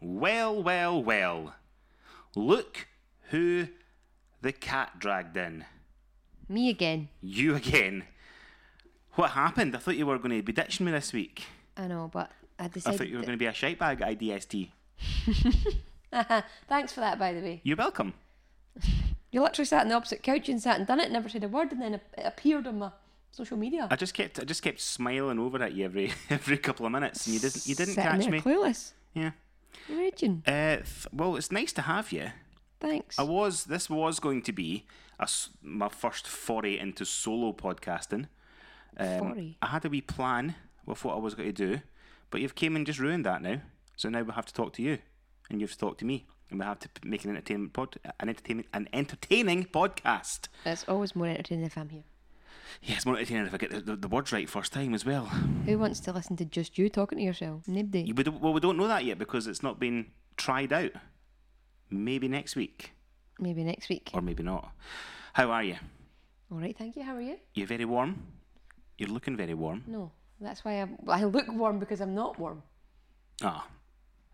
Well, well, well. Look who the cat dragged in. Me again. You again. What happened? I thought you were going to be ditching me this week. I know, but I I decided. thought you were going to be a shite bag at IDST. that- Thanks for that, by the way. You're welcome. You literally sat on the opposite couch and sat and done it, never said a word, and then it appeared on my social media. I just kept I just kept smiling over at you every every couple of minutes, and you didn't you didn't Sitting catch there me. Clueless. Yeah. Raging. Uh, th- well, it's nice to have you. Thanks. I was this was going to be a s my first foray into solo podcasting. Um, Sorry. I had a wee plan with what I was going to do, but you've came and just ruined that now. So now we have to talk to you, and you've to talk to me, and we have to p- make an entertainment pod, an entertainment, an entertaining podcast. It's always more entertaining if I'm here. Yeah, it's more entertaining if I get the, the, the words right first time as well. Who wants to listen to just you talking to yourself? Nobody. You, we don't- well, we don't know that yet because it's not been tried out. Maybe next week, Maybe next week. or maybe not. How are you? All right, thank you. How are you? You're very warm. You're looking very warm. No, that's why I'm, I look warm because I'm not warm. Ah,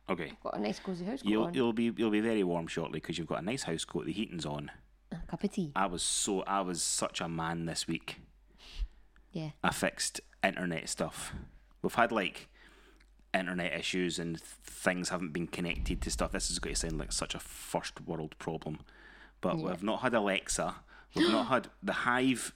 okay. Got a nice cozy house coat You'll on. you'll be you'll be very warm shortly because you've got a nice house coat. The heating's on. A cup of tea. I was so I was such a man this week. Yeah. I fixed internet stuff. We've had like internet issues and th- things haven't been connected to stuff. This is going to sound like such a first world problem, but we've not had Alexa. We've not had the Hive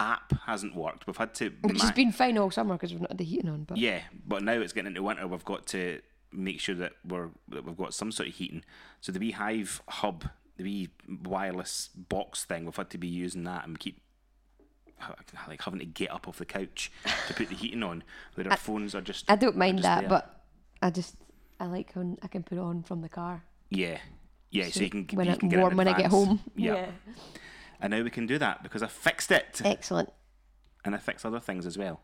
app hasn't worked. We've had to Which ma- has been fine all summer because we've not had the heating on, but yeah, but now it's getting into winter. We've got to make sure that we're that we've got some sort of heating. So the wee Hive hub, the wee wireless box thing, we've had to be using that, and we keep like having to get up off the couch to put the heating on. Where our phones are just I don't mind just that, there. but I just I like when I can put it on from the car. yeah, yeah. So, you can when you it- can get it in warm when I get advance. home. Yeah. and now we can do that because I fixed it, Excellent. and I fixed other things as well.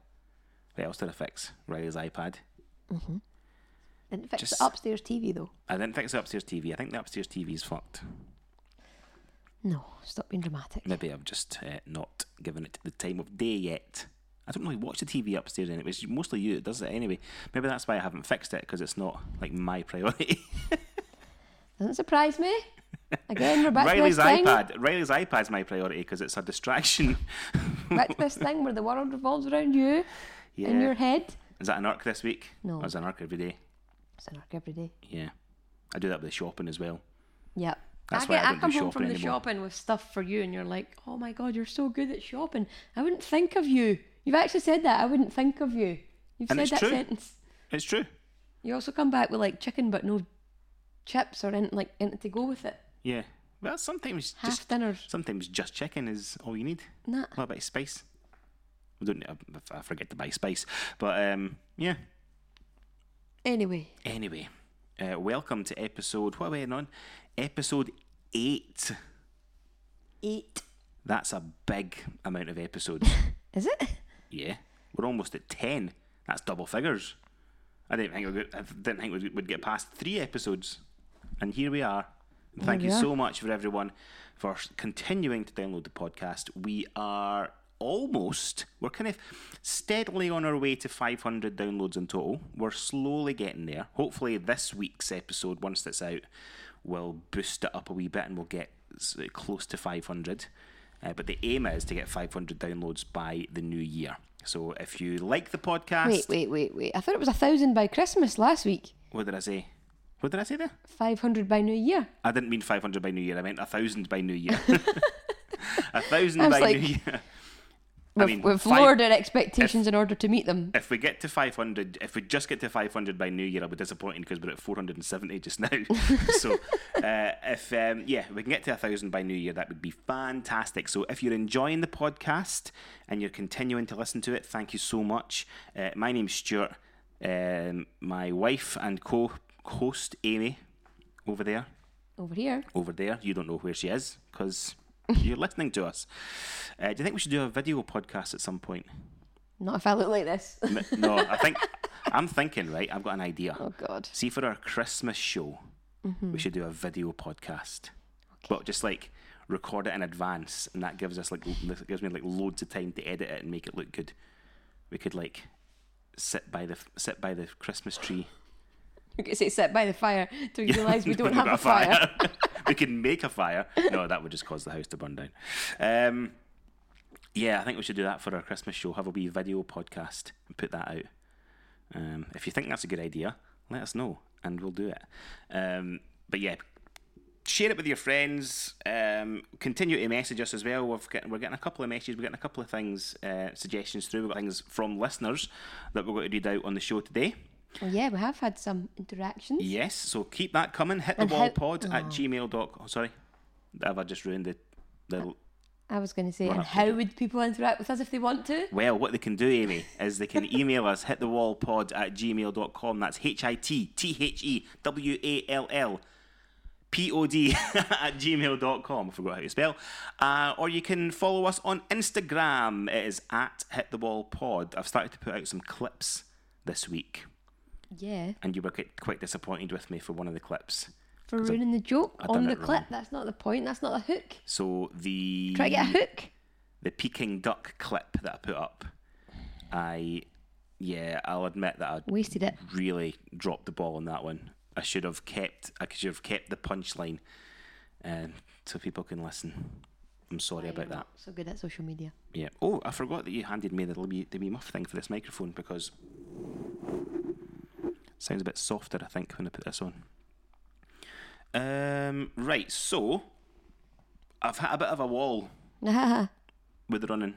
What else did I fix? Riley's iPad. And fix Just- the upstairs TV though. I didn't fix the upstairs TV. I think the upstairs TV is fucked. No, stop being dramatic. Maybe I've just uh, not given it the time of day yet. I don't really watch the TV upstairs anyway. It's mostly you that does it anyway. Maybe that's why I haven't fixed it because it's not like my priority. Doesn't surprise me. Again, we're back Riley's to this thing. iPad. Riley's iPad's my priority because it's a distraction. Back to this thing where the world revolves around you yeah. and your head. Is that an arc this week? No. Oh, it's an arc every day. It's an arc every day. Yeah. I do that with the shopping as well. Yep. That's I, why I get, I, don't do come home shopping from the anymore. shopping with stuff for you, and you're like, "Oh my god, you're so good at shopping. I wouldn't think of you. You've actually said that. I wouldn't think of you. You've And said it's that true. sentence. It's true. You also come back with like chicken, but no chips or anything like anything to go with it. Yeah. Well, sometimes Half just dinners. sometimes just chicken is all you need. Nah. What about spice? We don't. I- I forget to buy spice, but um, yeah. Anyway, Anyway, uh, welcome to episode. What are we in on? Episode eight. eight. That's a big amount of episodes. Is it? yeah, we're almost at ten. That's double figures. I didn't think we would, I didn't think we would get past three episodes, and here we are. And Thank we you are. so much for everyone for s- continuing to download the podcast. We are almost we're kind of steadily on our way to 500 downloads in total. We're slowly getting there. Hopefully, this week's episode, once that's out, will boost it up a wee bit, and we'll get s- close to 500. Uh, but the aim is to get 500 downloads by the new year. So if you like the podcast, Wait, wait, wait, wait. I thought it was a thousand by Christmas last week. what did I say? What did I say there? Five hundred by New Year. I didn't mean 500 by New Year. I meant a thousand by New Year. A thousand I was by like- New Year. We've, mean, we've five- lowered our expectations in order to meet them. If we get to 500, if we just get to 500 by New Year, I'll be disappointed because we're at 470 just now. so, uh, if um, yeah, we can get to a thousand by New Year, that would be fantastic. So, if you're enjoying the podcast and you're continuing to listen to it, thank you so much. Uh, my name's Stuart. Um, my wife and co-host Amy over there. Over here, over there. You don't know where she is because you're listening to us. Uh, do you think we should do a video podcast at some point? not if I look like this. N- No, I think I'm thinking. Right, I've got an idea. oh God. See, for our Christmas show, we should do a video podcast, but just like record it in advance, and that gives us like l- gives me like loads of time to edit it and make it look good. We could like sit by the sit by the Christmas tree We're going to say sit by the fire till you realise we don't We've have got a fire. we can make a fire. No, that would just cause the house to burn down. Um, yeah, I think we should do that for our Christmas show. Have a wee video podcast and put that out. Um, if you think that's a good idea, let us know and we'll do it. Um, but yeah, share it with your friends. Um, continue to message us as well. We've get, we're getting a couple of messages. We're getting a couple of things, uh, suggestions through. We've got things from listeners that we're going to read out on the show today. Oh yeah, we have had some interactions. Yes, so keep that coming. Hit the And wall how- pod at gmail.com. Oh, sorry. Have I just ruined the, the. I was going to say, and up to how would people interact with us if they want to? Well, what they can do, Amy, is they can email us hitthewallpod at gmail.com. That's H I T T H E W A L L P O D at gmail.com. I forgot how to spell. Uh, or you can follow us on Instagram. It is at hitthewallpod. I've started to put out some clips this week, Yeah, and you were quite quite disappointed with me for one of the clips. for ruining the joke I've on done the it wrong. clip. That's not the point. That's not the hook. So the. Try to get a hook. the Peking duck clip that I put up, I yeah, I'll admit that I Wasted it. really dropped the ball on that one. I should have kept I should have kept the punchline, um, so people can listen. I'm sorry about that. So good at social media. Yeah. Oh, I forgot that you handed me the little wee, the wee muff thing for this microphone because sounds a bit softer, I think, when I put this on. Um, right. So I've had a bit of a wall with running.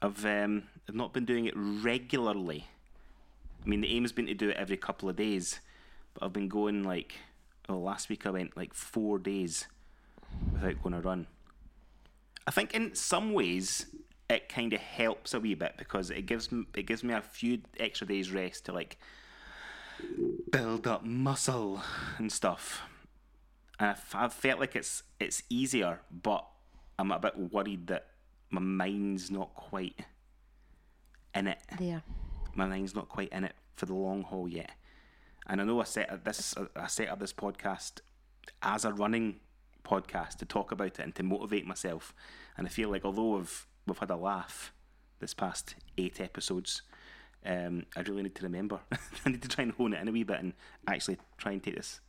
I've um, I've not been doing it regularly. I mean, the aim has been to do it every couple of days, but I've been going like, oh, last week I went like four days without going a run. I think in some ways it kind of helps a wee bit because it gives m- it gives me a few extra days rest to like build up muscle and stuff. And I f- I've felt like it's it's easier, but I'm a bit worried that my mind's not quite in it. there. My mind's not quite in it for the long haul yet. And I know I set up this I set up this podcast as a running podcast to talk about it and to motivate myself. And I feel like although we've we've had a laugh this past eight episodes, um, I really need to remember. I need to try and hone it in a wee bit and actually try and take this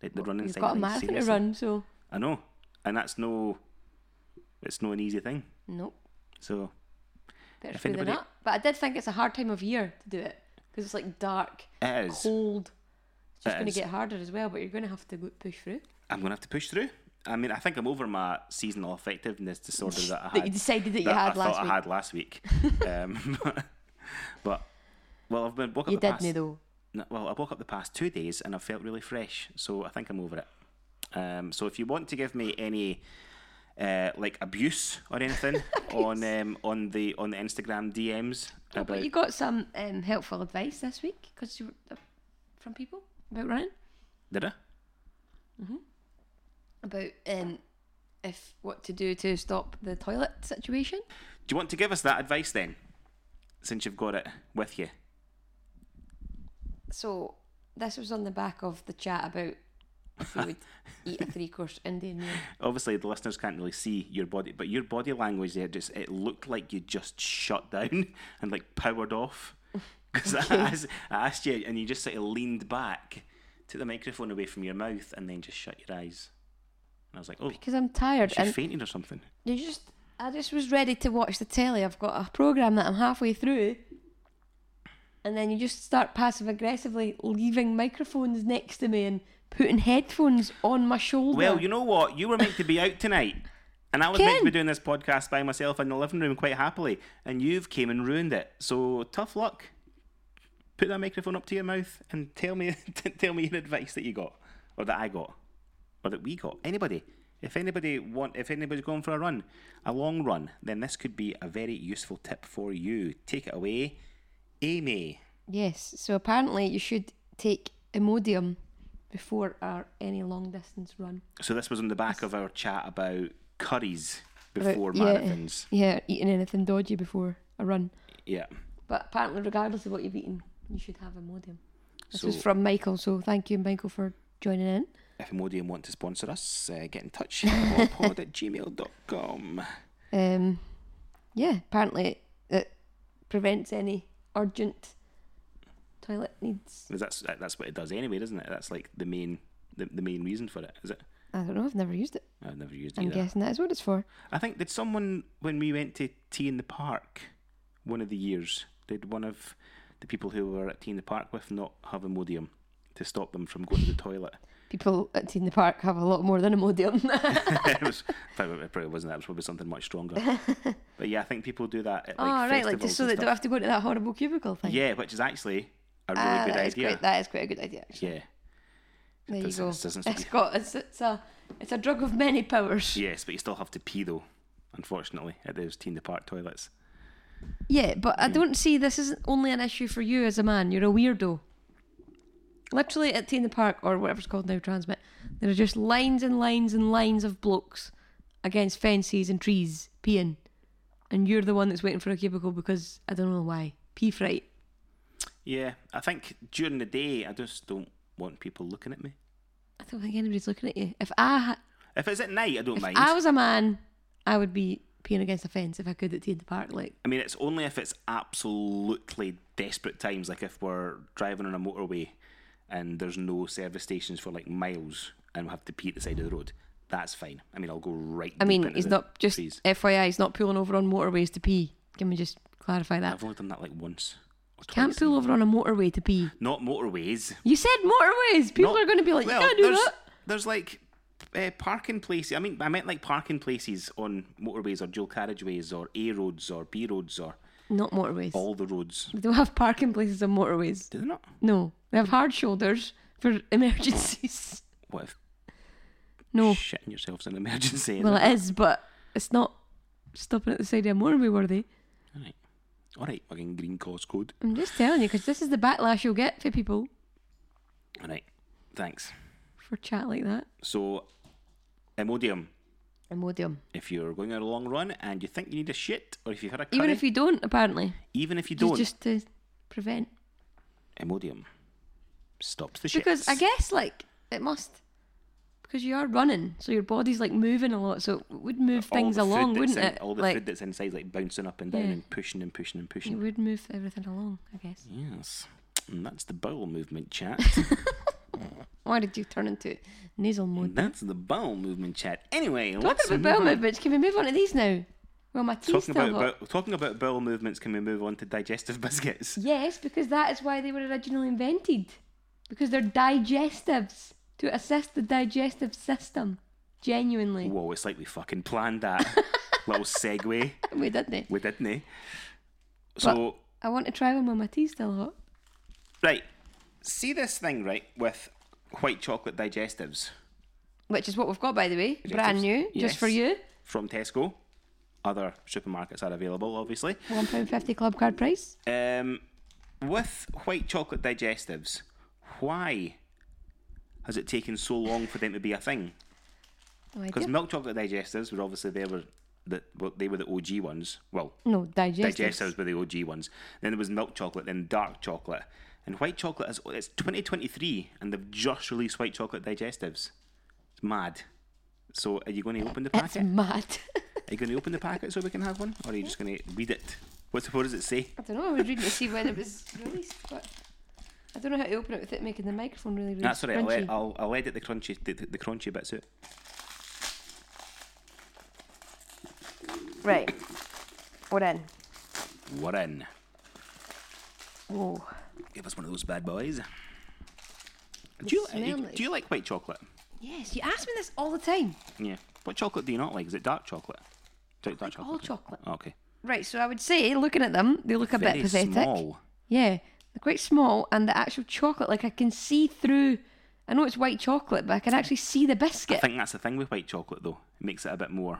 the, the running You've side got a of things marathon to seriously. run, so I know, and that's no, it's no an easy thing. nope. So Better If screw than anybody- that. But I did think it's a hard time of year to do it because it's like dark, it is. cold. It's just It going to is. get harder as well, but you're going to have to go push through. I'm gonna have to push through. I mean, I think I'm over my seasonal effectiveness disorder that I had. That you decided that you that had I last thought week. I had last week. um, but, well, I've been woke up You the did past. me though. No, well, I woke up the past two days and I felt really fresh, so I think I'm over it. Um, so if you want to give me any uh, like abuse or anything on um, on the on the Instagram DMs about Oh, But you got some um, helpful advice this week because you were- uh, from people about running, did I? about um, if what to do to stop the toilet situation. Do you want to give us that advice then, since you've got it with you? So this was on the back of the chat about if you would eat a three course Indian meal. Obviously, the listeners can't really see your body, but your body language there just—it looked like you just shut down and like powered off. Because I, asked, I asked you, and you just sort of leaned back, took the microphone away from your mouth, and then just shut your eyes. And I was like, "Oh, Because I'm tired she and fainted or something." you just I just was ready to watch the telly. I've got a programme that I'm halfway through. And then you just start passive aggressively leaving microphones next to me and putting headphones on my shoulder. Well, you know what? You were meant to be out tonight, and I was meant to be doing Ken! this podcast by myself in the living room quite happily, and you've came and ruined it. So tough luck. Put that microphone up to your mouth and tell me, t- tell me your advice that you got, or that I got, or that we got. Anybody, if anybody want, if anybody's going for a run, a long run, then this could be a very useful tip for you. Take it away, Amy. Yes. So apparently you should take Imodium before or any long distance run. So this was on the back of our chat about curries About- before yeah, marathons. Yeah, eating anything dodgy before a run. yeah. But apparently, regardless of what you've eaten, you should have Imodium. This was So- from Michael, so thank you, Michael, for joining in. If Imodium want to sponsor us, uh, get in touch. pod at gmail.com. Um, yeah, apparently it prevents any urgent Toilet needs. 'Cause that's that- that's what it does anyway, doesn't it? That's like the main the, the main reason for it, is it? I don't know. I've never used it. I've never used I'm either. guessing that is what it's for. I think did someone when we went to Tea in the Park one of the years did one of the people who were at Tea in the Park with not have Imodium to stop them from going to the toilet. People at Teen the Park have a lot more than Imodium. it, was, probably, it probably wasn't that. It was probably something much stronger. but yeah, I think people do that at like oh, right, like festivals just so and they don't stuff. have to go to that horrible cubicle thing. Yeah, which is actually a really Ah, good that is idea. quite, that is quite a good idea. Yeah. There you doesn't- go. this doesn't- It's got it's, it's a it's a drug of many powers. Yes, but you still have to pee though, unfortunately, at those Tea in the Park toilets. Yeah, but I don't see this isn't only an issue for you as a man. You're a weirdo. Literally at Tea in the Park or whatever's called now Transmit, there are just lines and lines and lines of blokes against fences and trees peeing, and you're the one that's waiting for a cubicle because I don't know why pee fright. Yeah, I think during the day, I just don't want people looking at me. I don't think anybody's looking at you. If I ha- If it's at night, I don't mind. I was a man, I would be peeing against a fence if I could at Tea in the Park. Like I mean, it's only if it's absolutely desperate times, like if we're driving on a motorway and there's no service stations for like miles and we have to pee at the side of the road. That's fine. I mean, I'll go right. I deep mean, into he's the not just trees. FYI. He's not pulling over on motorways to pee. Can we just clarify that? I've only done that like once. Or Can't twice. pull over on a motorway to pee. Not motorways. You said motorways. People Not- are going to be like, well, you can't do there's, that. There's like uh, parking places. I mean, I meant like parking places on motorways or dual carriageways or A roads or B roads or Not motorways. all the roads. They don't have parking places on motorways. Do they not? No, they have hard shoulders for emergencies. What if No, shitting yourself's an emergency? well it is, but it's not stopping at the side of a motorway worthy. all right, all right, fucking green course code. I'm just telling you because this is the backlash you'll get for people All right, thanks. for chat like that. So, Imodium, Imodium. if you're going on a long run and you think you need a shit, or if you've had a curry, Even if you don't, apparently, even if you just, don't, just to prevent. Imodium stops the shit. Because I guess like it must because you are running, so your body's like moving a lot, so it would move things along, wouldn't it? All the like food that's inside, like bouncing up and down Yeah. Mm. and pushing and pushing and it pushing. would move everything along, I guess. Mm. Yes. And that's the bowel movement chat. Why did you turn into nasal mode? that's the bowel movement chat. Anyway, let's Mm. Talking about move bowel on. movements, can we move on to these now? Well, my tea's Talking still about, hot. bow- talking about bowel movements, can we move on to digestive biscuits? Yes, because that is why they were originally invented, because they're digestives to assist the digestive system. Genuinely, Whoa, it's like we fucking planned that little segue. we didn't. They? We didn't, eh? So, I want to try one while my tea's still hot. right. See this thing, right, with white chocolate digestives which is what we've got by the way, brand new, just for you. Yes. from Tesco. Other supermarkets are available, obviously. One pound fifty club card price. Um, with white chocolate digestives, why has it taken so long for them to be a thing? No Because idea. milk chocolate digestives were obviously they were the well, they were the OG ones. Well, No digestives. digestives were the OG ones. Then there was milk chocolate, then dark chocolate, and white chocolate is it's 2023, and they've just released white chocolate digestives. It's mad. So are you going to open the That's packet? mad. Are you going to open the packet so we can have one, or are you just going to read it? What's what does it say? I don't know. I was reading to see when it was released, but I don't know how to open it without making the microphone really. really That's all right. I'll, crunchy. ed- I'll, I'll edit the crunchy the, the crunchy bits out. Right. We're in. We're in. Whoa. Give us one of those bad boys. Do you, smell you- is- do you like white chocolate? Yes, you ask me this all the time. Yeah. What chocolate do you not like? Is it dark chocolate? Do you like dark All chocolate? chocolate. okay. Right. So I would say, looking at them, they look a Very bit pathetic. small. Yeah, they're quite small, and the actual chocolate, like I can see through. I know it's white chocolate, but I can actually see the I biscuit. think that's the thing with white chocolate, though. It makes it a bit more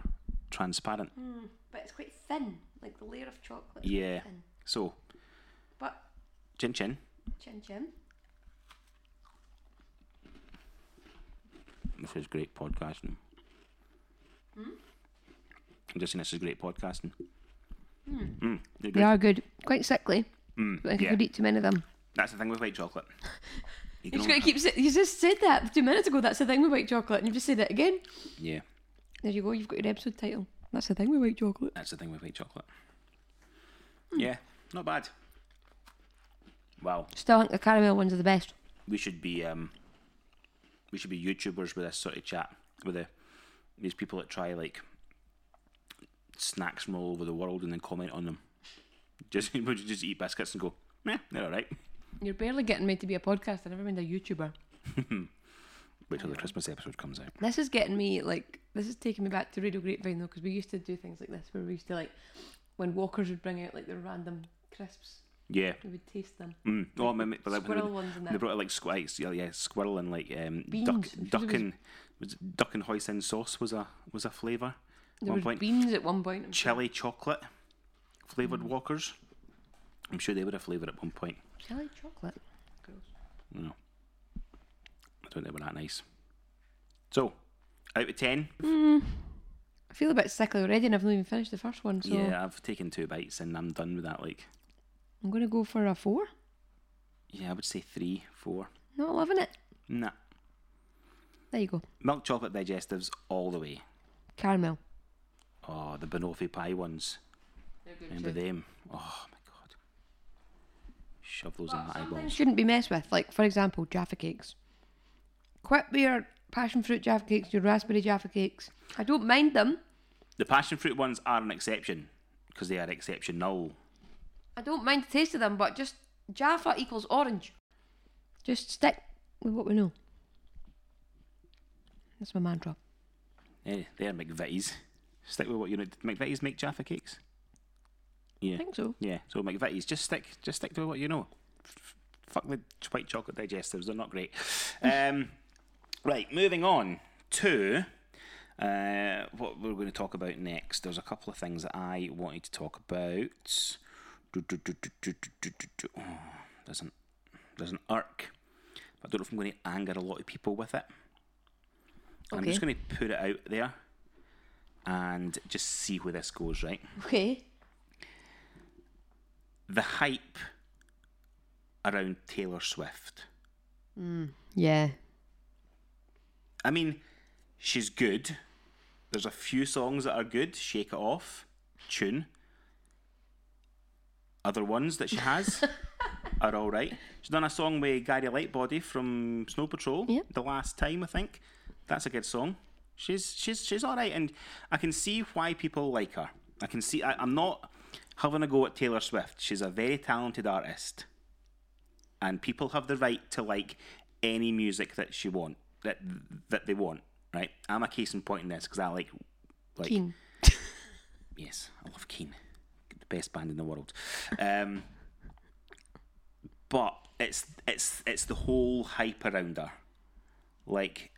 transparent. Mm. But it's quite thin, like the layer of chocolate. is quite Yeah. thin. So, But chin chin. chin chin. This is great podcasting. Hmm? I'm just saying this is great podcasting. Mm, they're Hmm. They good. are good. Quite sickly. but I Mm, yeah. could eat too many of them. That's the thing with white chocolate. You You can just only gotta keep. sa- You just said that two minutes ago. That's the thing with white chocolate, and you've just said it again. have- yeah, There you go. You've got your episode title. That's the thing with white chocolate. Hmm. that's the thing with white chocolate. Yeah, not bad. Wow. Still think the caramel ones are the best. We should be um, we should be YouTubers with this sort of chat with the these people that try like snacks from all over the world and then comment on them. Just would you just eat biscuits and go, meh, they're all right. You're barely getting me to be a podcaster, never mind a YouTuber. Wait till the Christmas episode comes out. This is getting me like this is taking me back to Radio Grapevine though, because we used to do things like this where we used to like when walkers would bring out like their random crisps, Yeah. we would taste them. Mm. Oh, I mean, but that- Squirrel ones and They that. brought out like squirrels, yeah, yeah, squirrel and like um, duck, Beans. duck and was it duck and hoisin sauce was a was a flavour. At There one was point, beans at one point. I'm sure. chili chocolate flavoured Mm-hmm. Walkers. I'm sure they would have flavoured at one point. Jelly chocolate. No, I don't think they were that nice. So, out of ten, I feel a bit sickly already, and I've not even finished the first one, so yeah, I've taken two bites and I'm done with that. Like, I'm gonna go for a four. yeah, I would say three, four. Not loving it. Nah, There you go. milk chocolate digestives all the way. Caramel. Oh, the banoffee pie ones. They're good Remember them? Oh my god. Shove those in my eyeballs. Shouldn't be messed with. Like for example, Jaffa cakes. Quit with your passion fruit Jaffa cakes, your raspberry Jaffa cakes. I don't mind them. The passion fruit ones are an exception because they are exceptional. I don't mind the taste of them, but just Jaffa equals orange. Just stick with what we know. That's my mantra. Eh, they're McVitie's. Stick with what you know. Did McVitie's make Jaffa cakes? I Yeah. think so. Yeah. So McVitie's, just stick, just stick to what you know. F- Fuck the white chocolate digestives. They're not great. Um, right. Moving on to. Uh, what we're going to talk about next. There's a couple of things that I wanted to talk about. Do, do, do, do, do, do, do, do, do. Oh, doesn't doesn't irk. I don't know if I'm going to anger a lot of people with it. I'm Okay. just going to put it out there and just see where this goes. Right Okay. the hype around Taylor Swift. Yeah. I mean, she's good. There's a few songs that are good. Shake It Off, Tune. Other ones that she has are all right. She's done a song with Gary Lightbody from Snow Patrol Yep. the last time, I think. That's a good song. She's she's she's all right, and I can see why people like her. I can see. I, I'm not having a go at Taylor Swift. She's a very talented artist. and people have the right to like any music that she want that that they want right i'm a case in point in this because i like like Keen. yes i love keen the best band in the world um but it's it's it's the whole hype around her like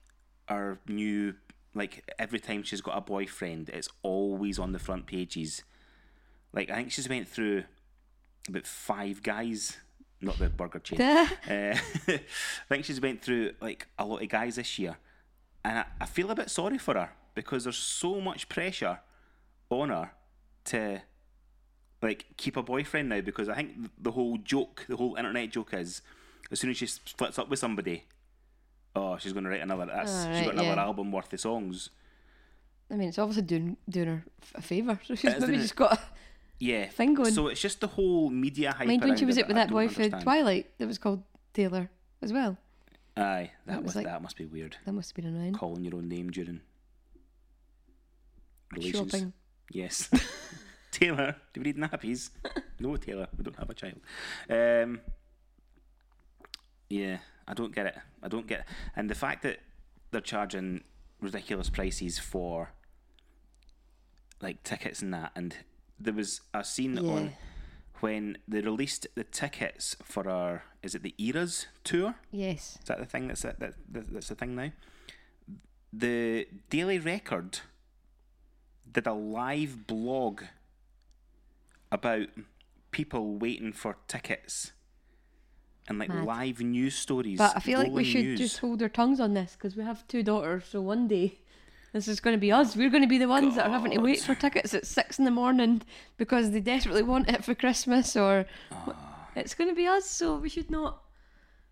our new like every time she's got a boyfriend it's always on the front pages like i think she's went through about five guys not the burger chain uh, I think she's went through like a lot of guys this year, and I, I feel a bit sorry for her because there's so much pressure on her to like keep a boyfriend now because I think th- the whole joke, the whole internet joke is, as soon as she splits up with somebody, oh she's going to write another. That's, she's right, got another yeah. album worth of songs. I mean, it's obviously doing doing her a favour. So she's is, maybe isn't just got. Yeah, Thing going. So it's just the whole media hype. Mind when she around was it out with I that don't boy for understand. Twilight that was called Taylor as well. Aye, that was was like- that must be weird. That must have been annoying. Calling your own name during relations. Shopping. Yes. Taylor, do we need nappies? no, Taylor, we don't have a child. Um, yeah, I don't get it. I don't get it. And the fact that they're charging ridiculous prices for like tickets and that, and there was a scene Yeah. on when they released the tickets for our is it the Eras tour? Yes. Is that the thing that's that, that that's the thing now? The Daily Record did a live blog about people waiting for tickets and like Mad. live news stories. But I feel like we rolling should news. just hold our tongues on this because we have two daughters. So one day, this is going to be us. We're going to be the ones that are having to wait for tickets at six in the morning because they desperately want it for Christmas. Or Ah. it's going to be us. So we should not.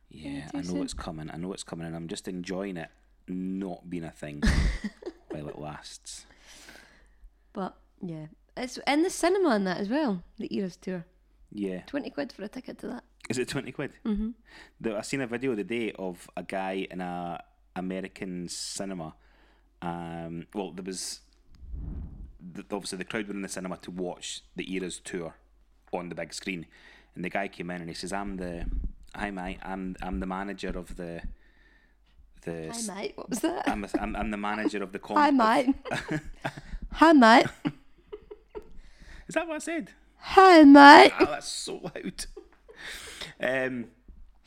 Yeah, do I know so. it's coming. I know it's coming, and I'm just enjoying it not being a thing while it lasts. But yeah, it's in the cinema and that as well. The Eras tour. Yeah, Twenty quid for a ticket to that. Is it twenty quid? Mm-hmm. I seen a video the day of a guy in a American cinema. Um, well, there was the, obviously the crowd were in the cinema to watch the Eras tour on the big screen, and the guy came in and he says, "I'm the, hi mate, I'm I'm the manager of the, the, s- Hi, mate. What was that? I'm, a, I'm I'm the manager of the com- Hi, mate. Hi, mate. Is that what I said? Hi, mate. Oh, that's so loud. Um,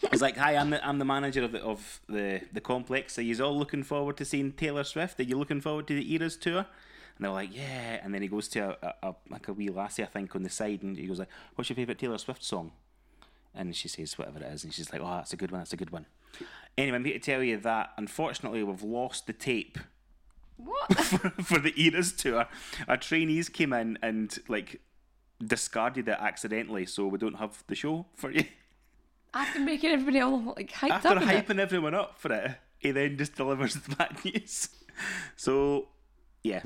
it's like, hi, I'm the I'm the manager of the of the the complex. Are you all looking forward to seeing Taylor Swift? Are you looking forward to the Eras tour? And they're like, yeah. And then he goes to a, a, a like a wee lassie, I think, on the side, and he goes like, "What's your favorite Taylor Swift song?" And she says whatever it is, and she's like, "Oh, that's a good one. That's a good one." Anyway, I'm here to tell you that unfortunately we've lost the tape What? for, for the Eras tour, our trainees came in and like discarded it accidentally, so we don't have the show for you. After making everybody all like hyped After up. a bit. hyping everyone up for it, he then just delivers the bad news. So, yeah,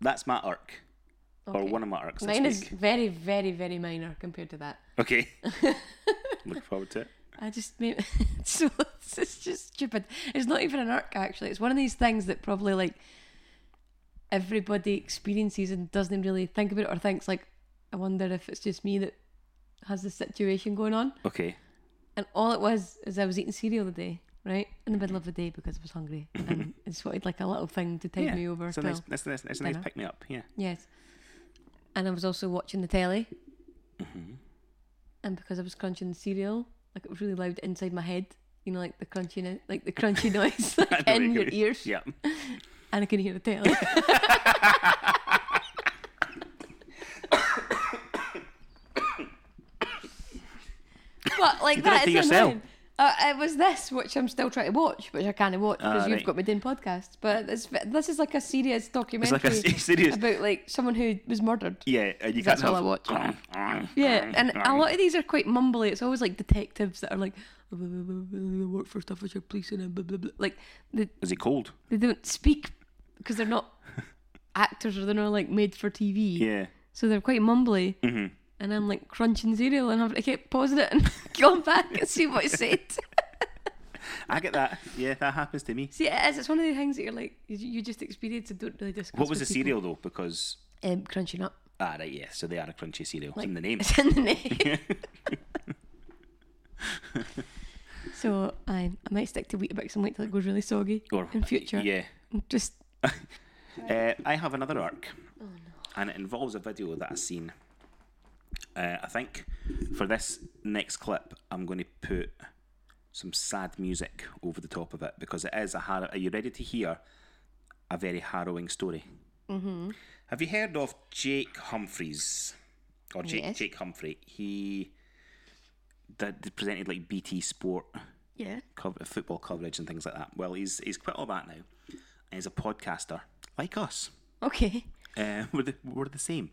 that's my arc, or Okay. one of my arcs. This Mine is week. very, very, very minor compared to that. okay. Look forward to it. I just made so it's, it's just stupid. It's not even an arc actually. It's one of these things that probably like everybody experiences and doesn't really think about it or thinks like, I wonder if it's just me that has this situation going on. Okay. And all it was is I was eating cereal the day, right? In the middle of the day because I was hungry and I just wanted like a little thing to tide yeah. me over. It's a till- nice, that's a nice, that's a nice dinner. pick me up. Yeah. Yes. And I was also watching the telly. Mm-hmm. And because I was crunching the cereal, like it was really loud inside my head. You know, like the crunchy, no- like the crunchy noise I like know in what your you mean. ears, Yeah. and I could hear the telly. but like You did it that to is yourself. annoying. Uh, it was this which I'm still trying to watch, which I can't watch because Ah, you've right. got me doing podcasts. But this this is like a serious It's documentary like a se- serious. about like someone who was murdered. Yeah, and you That's can't all I watch. have- Mm, Yeah, and a lot of these are quite mumbly. It's always like detectives that are like, "Oh, "I work for Staffordshire Police and blah blah blah. Like they Is it cold? they don't speak because they're not actors or they're not like made for TV. Yeah. So they're quite mumbly. Mhm. And I'm like crunching cereal and having to keep pausing it and going back and see what it said. I get that. Yeah, that happens to me. see, it is. It's one of the things that you're like you, you just experience and don't really discuss. What was the with people. cereal though? Because Um, crunching up. ah, right, yeah. So they are a crunchy cereal. It's in the name. It's in the name. so I, I might stick to Weetabix and wait till it goes really soggy Or in future. yeah. Just Uh, I have another arc, Oh, and it involves a video that I've seen. Uh, I think for this next clip, I'm going to put some sad music over the top of it because it is a har- Are you ready to hear a very harrowing story? Mm-hmm. Have you heard of Jake Humphries or Jake Yes. Jake Humphrey? He did, presented like BT Sport yeah. cover, football coverage and things like that. Well, he's he's quit all that now. And he's a podcaster like us. Okay. Uh, we're, the, we're the same.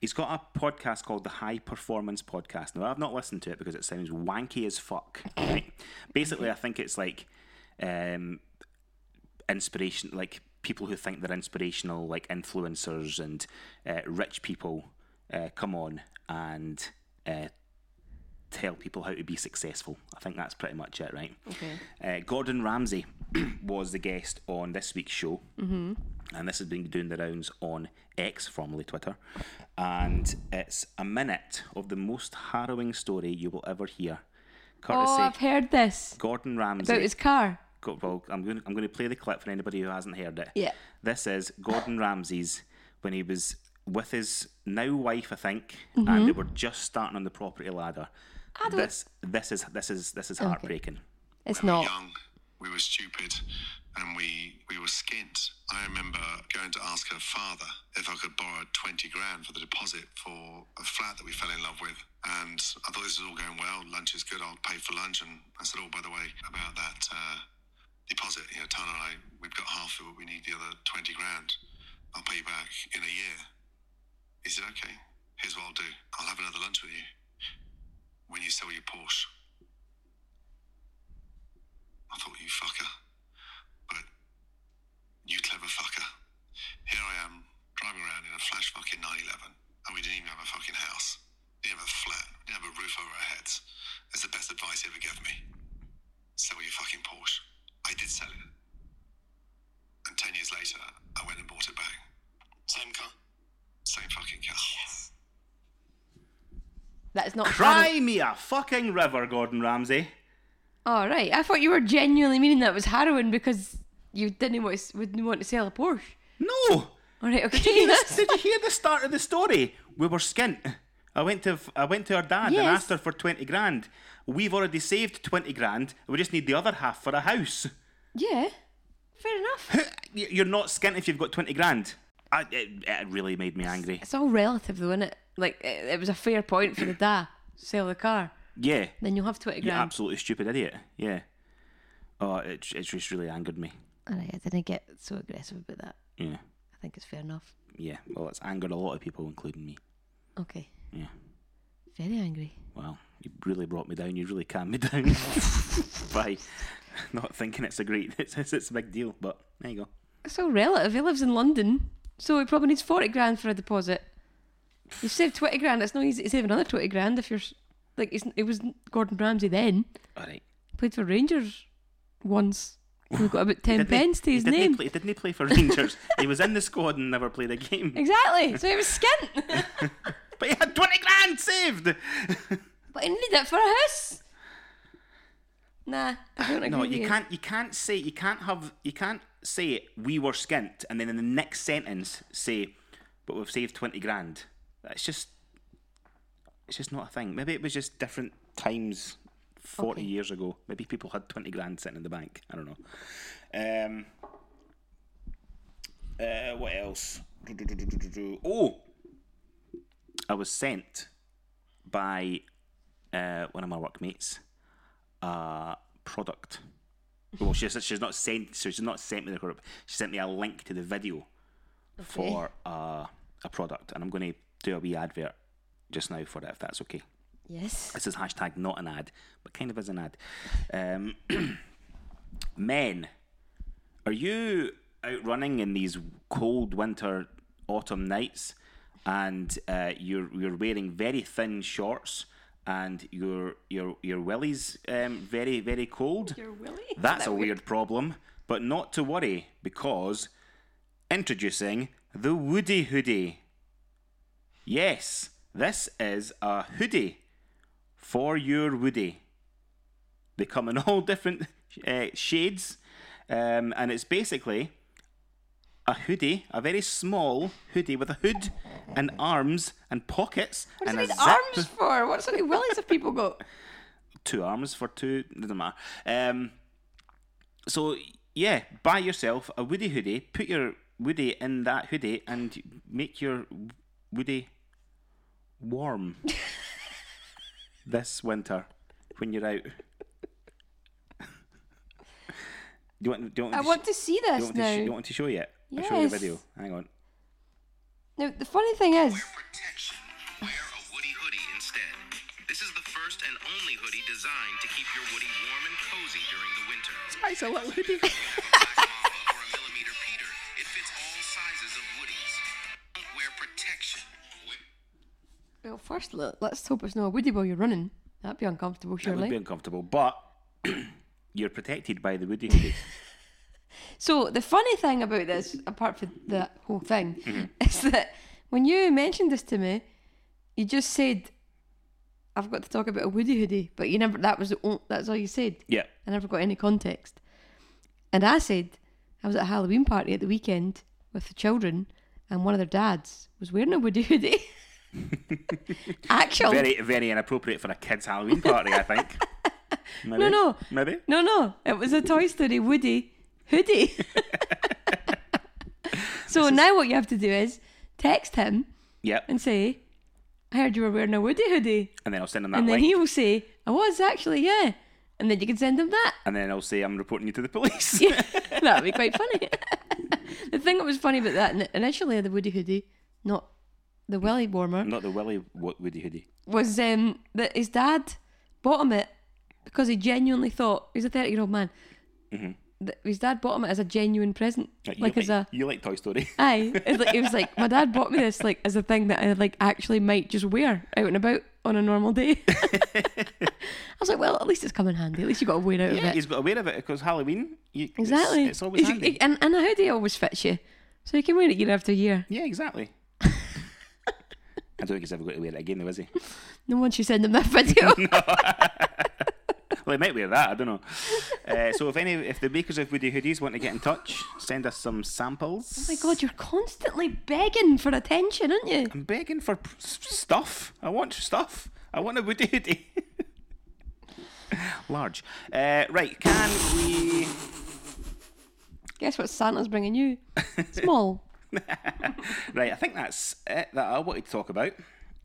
He's got a podcast called the High Performance Podcast. Now, I've not listened to it because it sounds wanky as fuck. Right? Basically, I think it's like um, inspiration, like people who think they're inspirational, like influencers and uh, rich people, uh, come on and uh, tell people how to be successful. I think that's pretty much it, right? Okay. Uh, Gordon Ramsay was the guest on this week's show, mm-hmm. and this has been doing the rounds on X, formerly Twitter, and it's a minute of the most harrowing story you will ever hear, courtesy Oh, I've heard this Gordon Ramsay. about his car. Go- well, I'm going. I'm going to play the clip for anybody who hasn't heard it. Yeah. This is Gordon Ramsay's when he was with his now wife, I think, Mm-hmm. and they were just starting on the property ladder. don't- This this is this is this is heartbreaking. It's we were not. young, we were stupid, and we we were skint. I remember going to ask her father if I could borrow twenty grand for the deposit for a flat that we fell in love with, and I thought this was all going well. Lunch is good. I'll pay for lunch, and I said, "Oh, by the way, about that uh, deposit, you know, Tana and I, we've got half of it. We need the other twenty grand. I'll pay you back in a year." He said, "Okay. Here's what I'll do. I'll have another lunch with you when you sell your Porsche." I thought, you fucker. But you clever fucker. Here I am, driving around in a flash fucking 911, and we didn't even have a fucking house. We didn't have a flat. We didn't have a roof over our heads. It's the best Same fucking cat. That's not funny. Cry me a fucking river, Gordon Ramsay. All right, I thought you were genuinely meaning that was harrowing because you didn't want to, wouldn't want to sell a Porsche. No! All right, Did you, okay. hear this- did you hear the start of the story? We were skint. I went to I went to her dad and Yes. asked her for twenty grand. We've already saved twenty grand. We just need the other half for a house. yeah, fair enough. Y- You're not skint if you've got twenty grand. I, it, it really made me angry. It's all relative, though, isn't it? Like it, it was a fair point for the da sell the car, Yeah, then you'll have twenty you grand. absolutely stupid idiot. Yeah. Oh, it it just really angered me. All right, I didn't get so aggressive about that. Yeah, I think it's fair enough. yeah. Well, it's angered a lot of people, including me. Okay. Yeah. Very angry. Well, you really brought me down. You really calmed me down by not thinking it's a great, it's, it's, it's a big deal. But there you go. It's all relative. He lives in London, so he probably needs forty grand for a deposit. You saved twenty grand. It's not easy to save another twenty grand if you're s- like it's, it was Gordon Ramsay then. All right. played for Rangers once. We've got about ten Didn't he- pence to he his didn't he name. play- didn't he play for Rangers? he was in the squad and never played a game. Exactly. So he was skint. But he had 20 grand saved! but he needed it for a house. Nah, I don't agree No, with you can't, you can't say, you can't have, you can't say, we were skint, and then in the next sentence say, but we've saved 20 grand. That's just, it's just not a thing. Maybe it was just different times 40 Okay. years ago. Maybe people had 20 grand sitting in the bank. I don't know. Um, uh, what else? Oh! I was sent by uh, one of my workmates a product. Well, she's she's not sent so she's not sent me the product. She sent me a link to the video for uh, a product, and I'm going to do a wee advert just now for it if that's okay. Yes. This is hashtag not an ad, but kind of is an ad. Um, men, are you out running in these cold winter autumn nights, and uh, you're you're wearing very thin shorts, and your your your willies um, very very cold? Your willy? That's a weird problem, but not to worry because introducing the Woody Hoodie. Yes, this is a hoodie for your Woody. They come in all different uh, shades, um, and it's basically a hoodie, a very small hoodie with a hood and arms and pockets What's and these a zip arms for? What's any willies have people got? two arms for two doesn't matter. Um, so yeah, buy yourself a Woody hoodie. Put your Woody in that hoodie and make your Woody warm this winter when you're out. do you want? Do you want? I to want to see do you this want, to sh- do you now. want to show you? it? I'll show you the Yes. video. Hang on. Now the funny thing is, protection, wear a Woody hoodie instead. This is the first and only hoodie designed to keep your Woody warm and cozy during the winter. It's a little hoodie. Black Mamba or a Millimeter Peter, it fits all sizes of Woodies. Don't wear protection. Wear- well, first let, let's hope it's not a woody while you're running. That'd be uncomfortable, It would be surely. uncomfortable, but you're protected by the Woody hoodie. So the funny thing about this, apart from the whole thing, Mm-hmm. is that when you mentioned this to me, you just said, "I've got to talk about a Woody hoodie," but you never. That was the only, that's all you said. yeah. I never got any context. And I said, I was at a Halloween party at the weekend with the children, and one of their dads was wearing a Woody hoodie. Actual. very very inappropriate for a kids Halloween party. I think. Maybe. No, no. Maybe. No, no, it was a Toy Story Woody hoodie. so now what you have to do is text him Yep. and say, I heard you were wearing a Woody hoodie. And then I'll send him that And then link, he will say, I was actually, yeah. And then you can send him that. and then I'll say I'm reporting you to the police. that would be quite funni. the thing that was funny about that in- initially, the Woody hoodie, not the Willy warmer, Not the Willy Wo- Woody hoodie. was um, that his dad bought him it because he genuinely thought he's a thirty-year-old man. that His dad bought him it as a genuine present, Mm-hmm. you like as a you like Toy Story. aye. It's like, it was like my dad bought me this like as a thing that I like actually might just wear out and about on a normal day. I was like, well, at least it's come in handy. At least you got to wear out of yeah, it. he's aware of it because Halloween. You, it's- Exactly. It's, always He's- handy. he- and, and a hoodie always fits you. So you can wear it year after year. yeah, exactly. I don't think he's ever going to wear it again, though, is he? No one should send them that video. Oh Well, he might wear that. I don't know. Uh, so, if any, if the makers of Woody hoodies want to get in touch, send us some samples. Oh my god, you're constantly begging for attention, aren't you? I'm begging for p- s- stuff. I want stuff. I want a Woody hoodie. Large. Uh, right, can we. Guess what Santa's bringing you? Small. Right, I think that's it that I wanted to talk about. Um,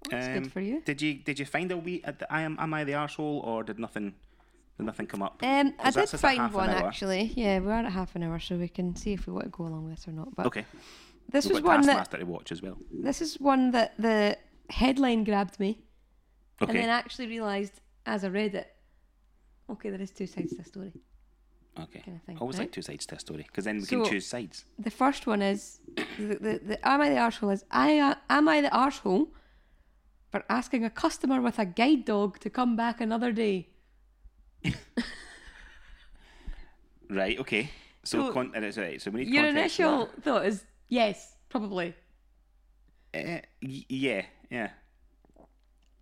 that's good for you. Did you did you find a wee at the, I am am I the arsehole or did nothing did nothing come up? Um, I 'Cause did that's just a find half an one hour. actually. Yeah, we are at half an hour, so we can see if we want to go along with this or not. But Okay. this We've was got one that Taskmaster to watch as well. this is one that the headline grabbed me, and Okay. then actually realised as I read it, okay, there is two sides to the story. okay. kinda thing, I Always right? like two sides to a story because then we can So- choose sides. The first one is the, the, the am I the arsehole is I uh, am I the arsehole for asking a customer with a guide dog to come back another day. Right. Okay. So, So- con- and it's right. So we need Your context for that. initial thought is yes, probably. Uh, y- yeah. Yeah.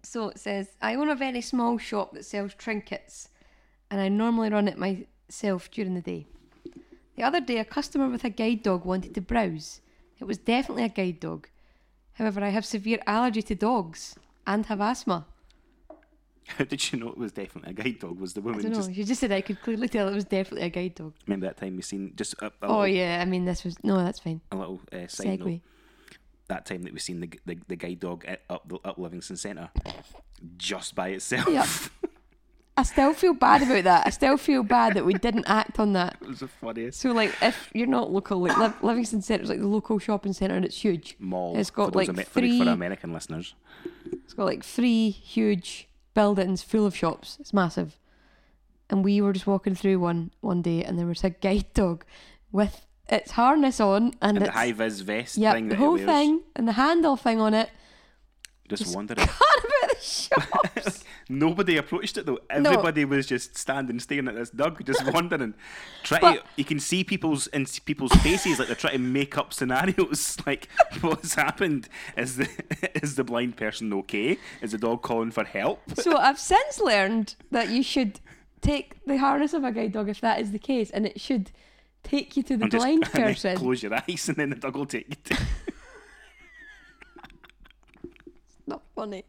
So it says, I own a very small shop that sells trinkets, and I normally run it myself during the day. The other day, a customer with a guide dog wanted to browse. It was definitely a guide dog. However, I have severe allergy to dogs and have asthma. How did you know it was definitely a guide dog? Was the I woman don't know. just She just said I could clearly tell it was definitely a guide dog. remember that time we seen just a, a Oh little, yeah, I mean this was no, that's fine. a little uh, side note. Segue. that time that we seen the g- the, the guide dog at, up the up Livingston Centre, just by itself. I still feel bad about that. I still feel bad that we didn't act on that. it was the funniest So like, if you're not local, like Liv- Livingston Centre is like the local shopping centre, and it's huge. mall. It's for got those like Amer- for, three. for American listeners. It's got like three huge buildings full of shops. It's massive. And we were just walking through one one day, and there was a guide dog with its harness on And and, the its, high vis vest yeah, thing that the it whole wears, thing and the handle thing on it. just wandering. What about the shops? Nobody approached it though. Everybody was just standing, staring at this dog, just wandering. Try to, But- you can see people's in people's faces like they're trying to make up scenarios. Like what's happened? Is the is the blind person okay? Is the dog calling for help? so I've since learned that you should take the harness of a guide dog if that is the case, and it should take you to the And just- blind and then person. Close your eyes, and then the dog will take you. To, not funny.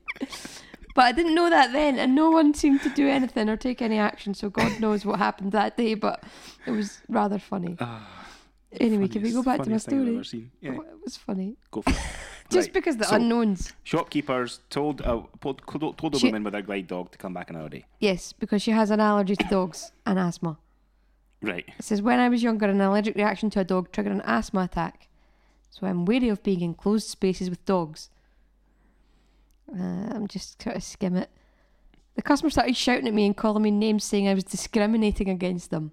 But I didn't know that then, and no one seemed to do anything or take any action. So God knows what happened that day, but it was rather funny. anyway, can we go back to my Ah, Funniest thing I've story? ever seen. Yeah, Oh, it was funny, go for it. just Right, because the so- unknowns. Shopkeepers told a told, told a She- woman with her guide dog to come back another day. Yes, because she has an allergy to dogs and asthma. Right. It says when I was younger, an allergic reaction to a dog triggered an asthma attack, so I'm wary of being in closed spaces with dogs. Uh, I'm just trying to skim it. The customer started shouting at me and calling me names, saying I was discriminating against them.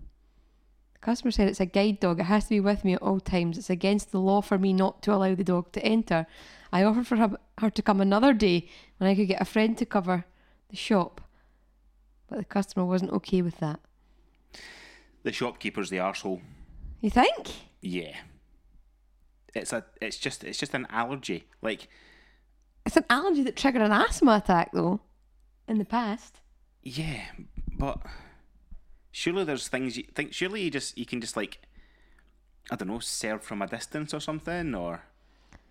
The customer said it's a guide dog; it has to be with me at all times. It's against the law for me not to allow the dog to enter. I offered for her, her to come another day when I could get a friend to cover the shop, but the customer wasn't okay with that. The shopkeeper's the arsehole. You think? Yeah. It's a. It's just. It's just an allergy. Like. It's an allergy that triggered an asthma attack, though, in the past. Yeah, but surely there's things you think. Surely you just you can just like I don't know, serve from a distance or something, or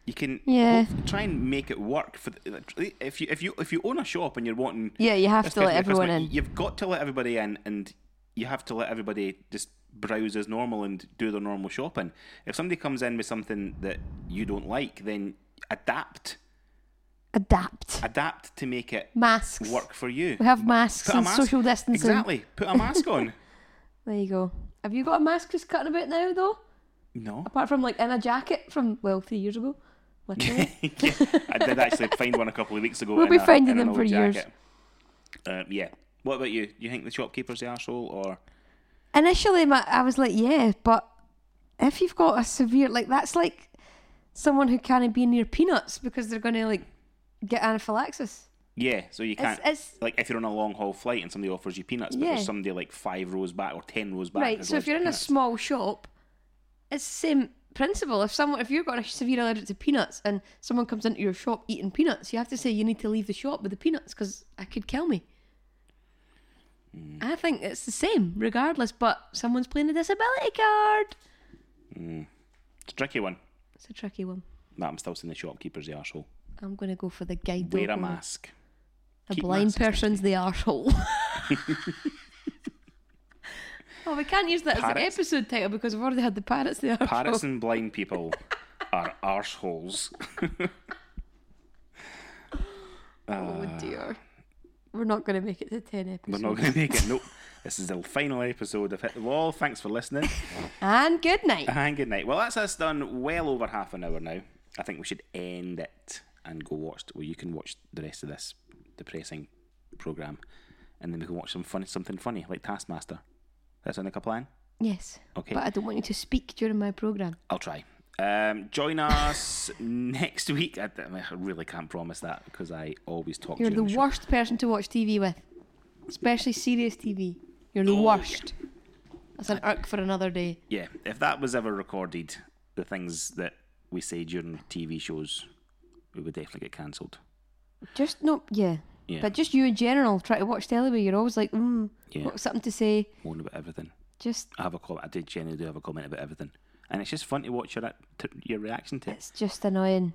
you can Yeah. hope- try and make it work for the, if you if you if you own a shop and you're wanting Yeah, you have this to let customer- everyone customer, in. You've got to let everybody in, and you have to let everybody just browse as normal and do their normal shopping. If somebody comes in with something that you don't like, then adapt, Adapt. adapt to make it Masks. work for you. We have masks Put a and mask- social distancing. Exactly. Put a mask on. There you go. Have you got a mask that's cutting a bit now, though? No. Apart from like in a jacket from well three years ago, literally. Yeah, I did actually find one a couple of weeks ago. We'll in be a- finding in an them for old years. jacket. Uh, yeah. What about you? Do you think the shopkeeper's the arsehole or Initially, my, I was like, yeah, but if you've got a severe like that's like someone who can't be near peanuts because they're going to like get anaphylaxis. yeah? So you It's, can't it's like if you're on a long haul flight and somebody offers you peanuts, but Yeah. there's somebody like five rows back or ten rows back. Right, has so if loads of you're in a peanuts. small shop, it's the same principle. If someone, if you've got a severe allergic to peanuts and someone comes into your shop eating peanuts, you have to say you need to leave the shop with the peanuts because I could kill me. Hmm. I think it's the same, regardless. But someone's playing a disability card. It's a tricky one. It's a tricky one. No, I'm still seeing the shopkeepers the arsehole. I'm gonna go for the guide Wear a dog one. mask. A Keep blind masks, person's the arsehole. oh, we can't use that as Parrots. an episode title because we've already had the parrots the arsehole. Parrots and blind people are arseholes. Oh dear. We're not going to make it to 10 Uh, We're episodes. not going to make it. Nope. This is the final episode of Hit the Wall. Thanks for listening And good night. and good night. Well, that's us done well over half an hour now. I think we should end it and go watch. Well, you can watch the rest of this depressing program, and then we can watch some funny, something funny like Taskmaster. That sound like a plan? Yes. Okay. Oh, But I don't want you to speak during my programme. I'll try. Um, join us next week. I, I really can't promise that because I always talk. You're during the the show. worst person to watch TV with, especially serious TV. You're the Oh, yeah. worst. That's an irk for another day. Yeah, if that was ever recorded, the things that we say during TV shows, we would definitely get cancelled. Just, no, yeah. Yeah. But just you in general, try to watch telly, but you're always like, mm, Yeah. got something to say. Moan about everything. Just, I have a comment. I did genuinely do have a comment about everything, and it's just fun to watch your t- your reaction to it. it's just annoying.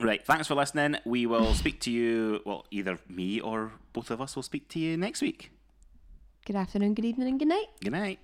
Right. Thanks for listening. We will speak to you. Well, either me or both of us will speak to you next week. Good afternoon, good evening, and good night. Good night.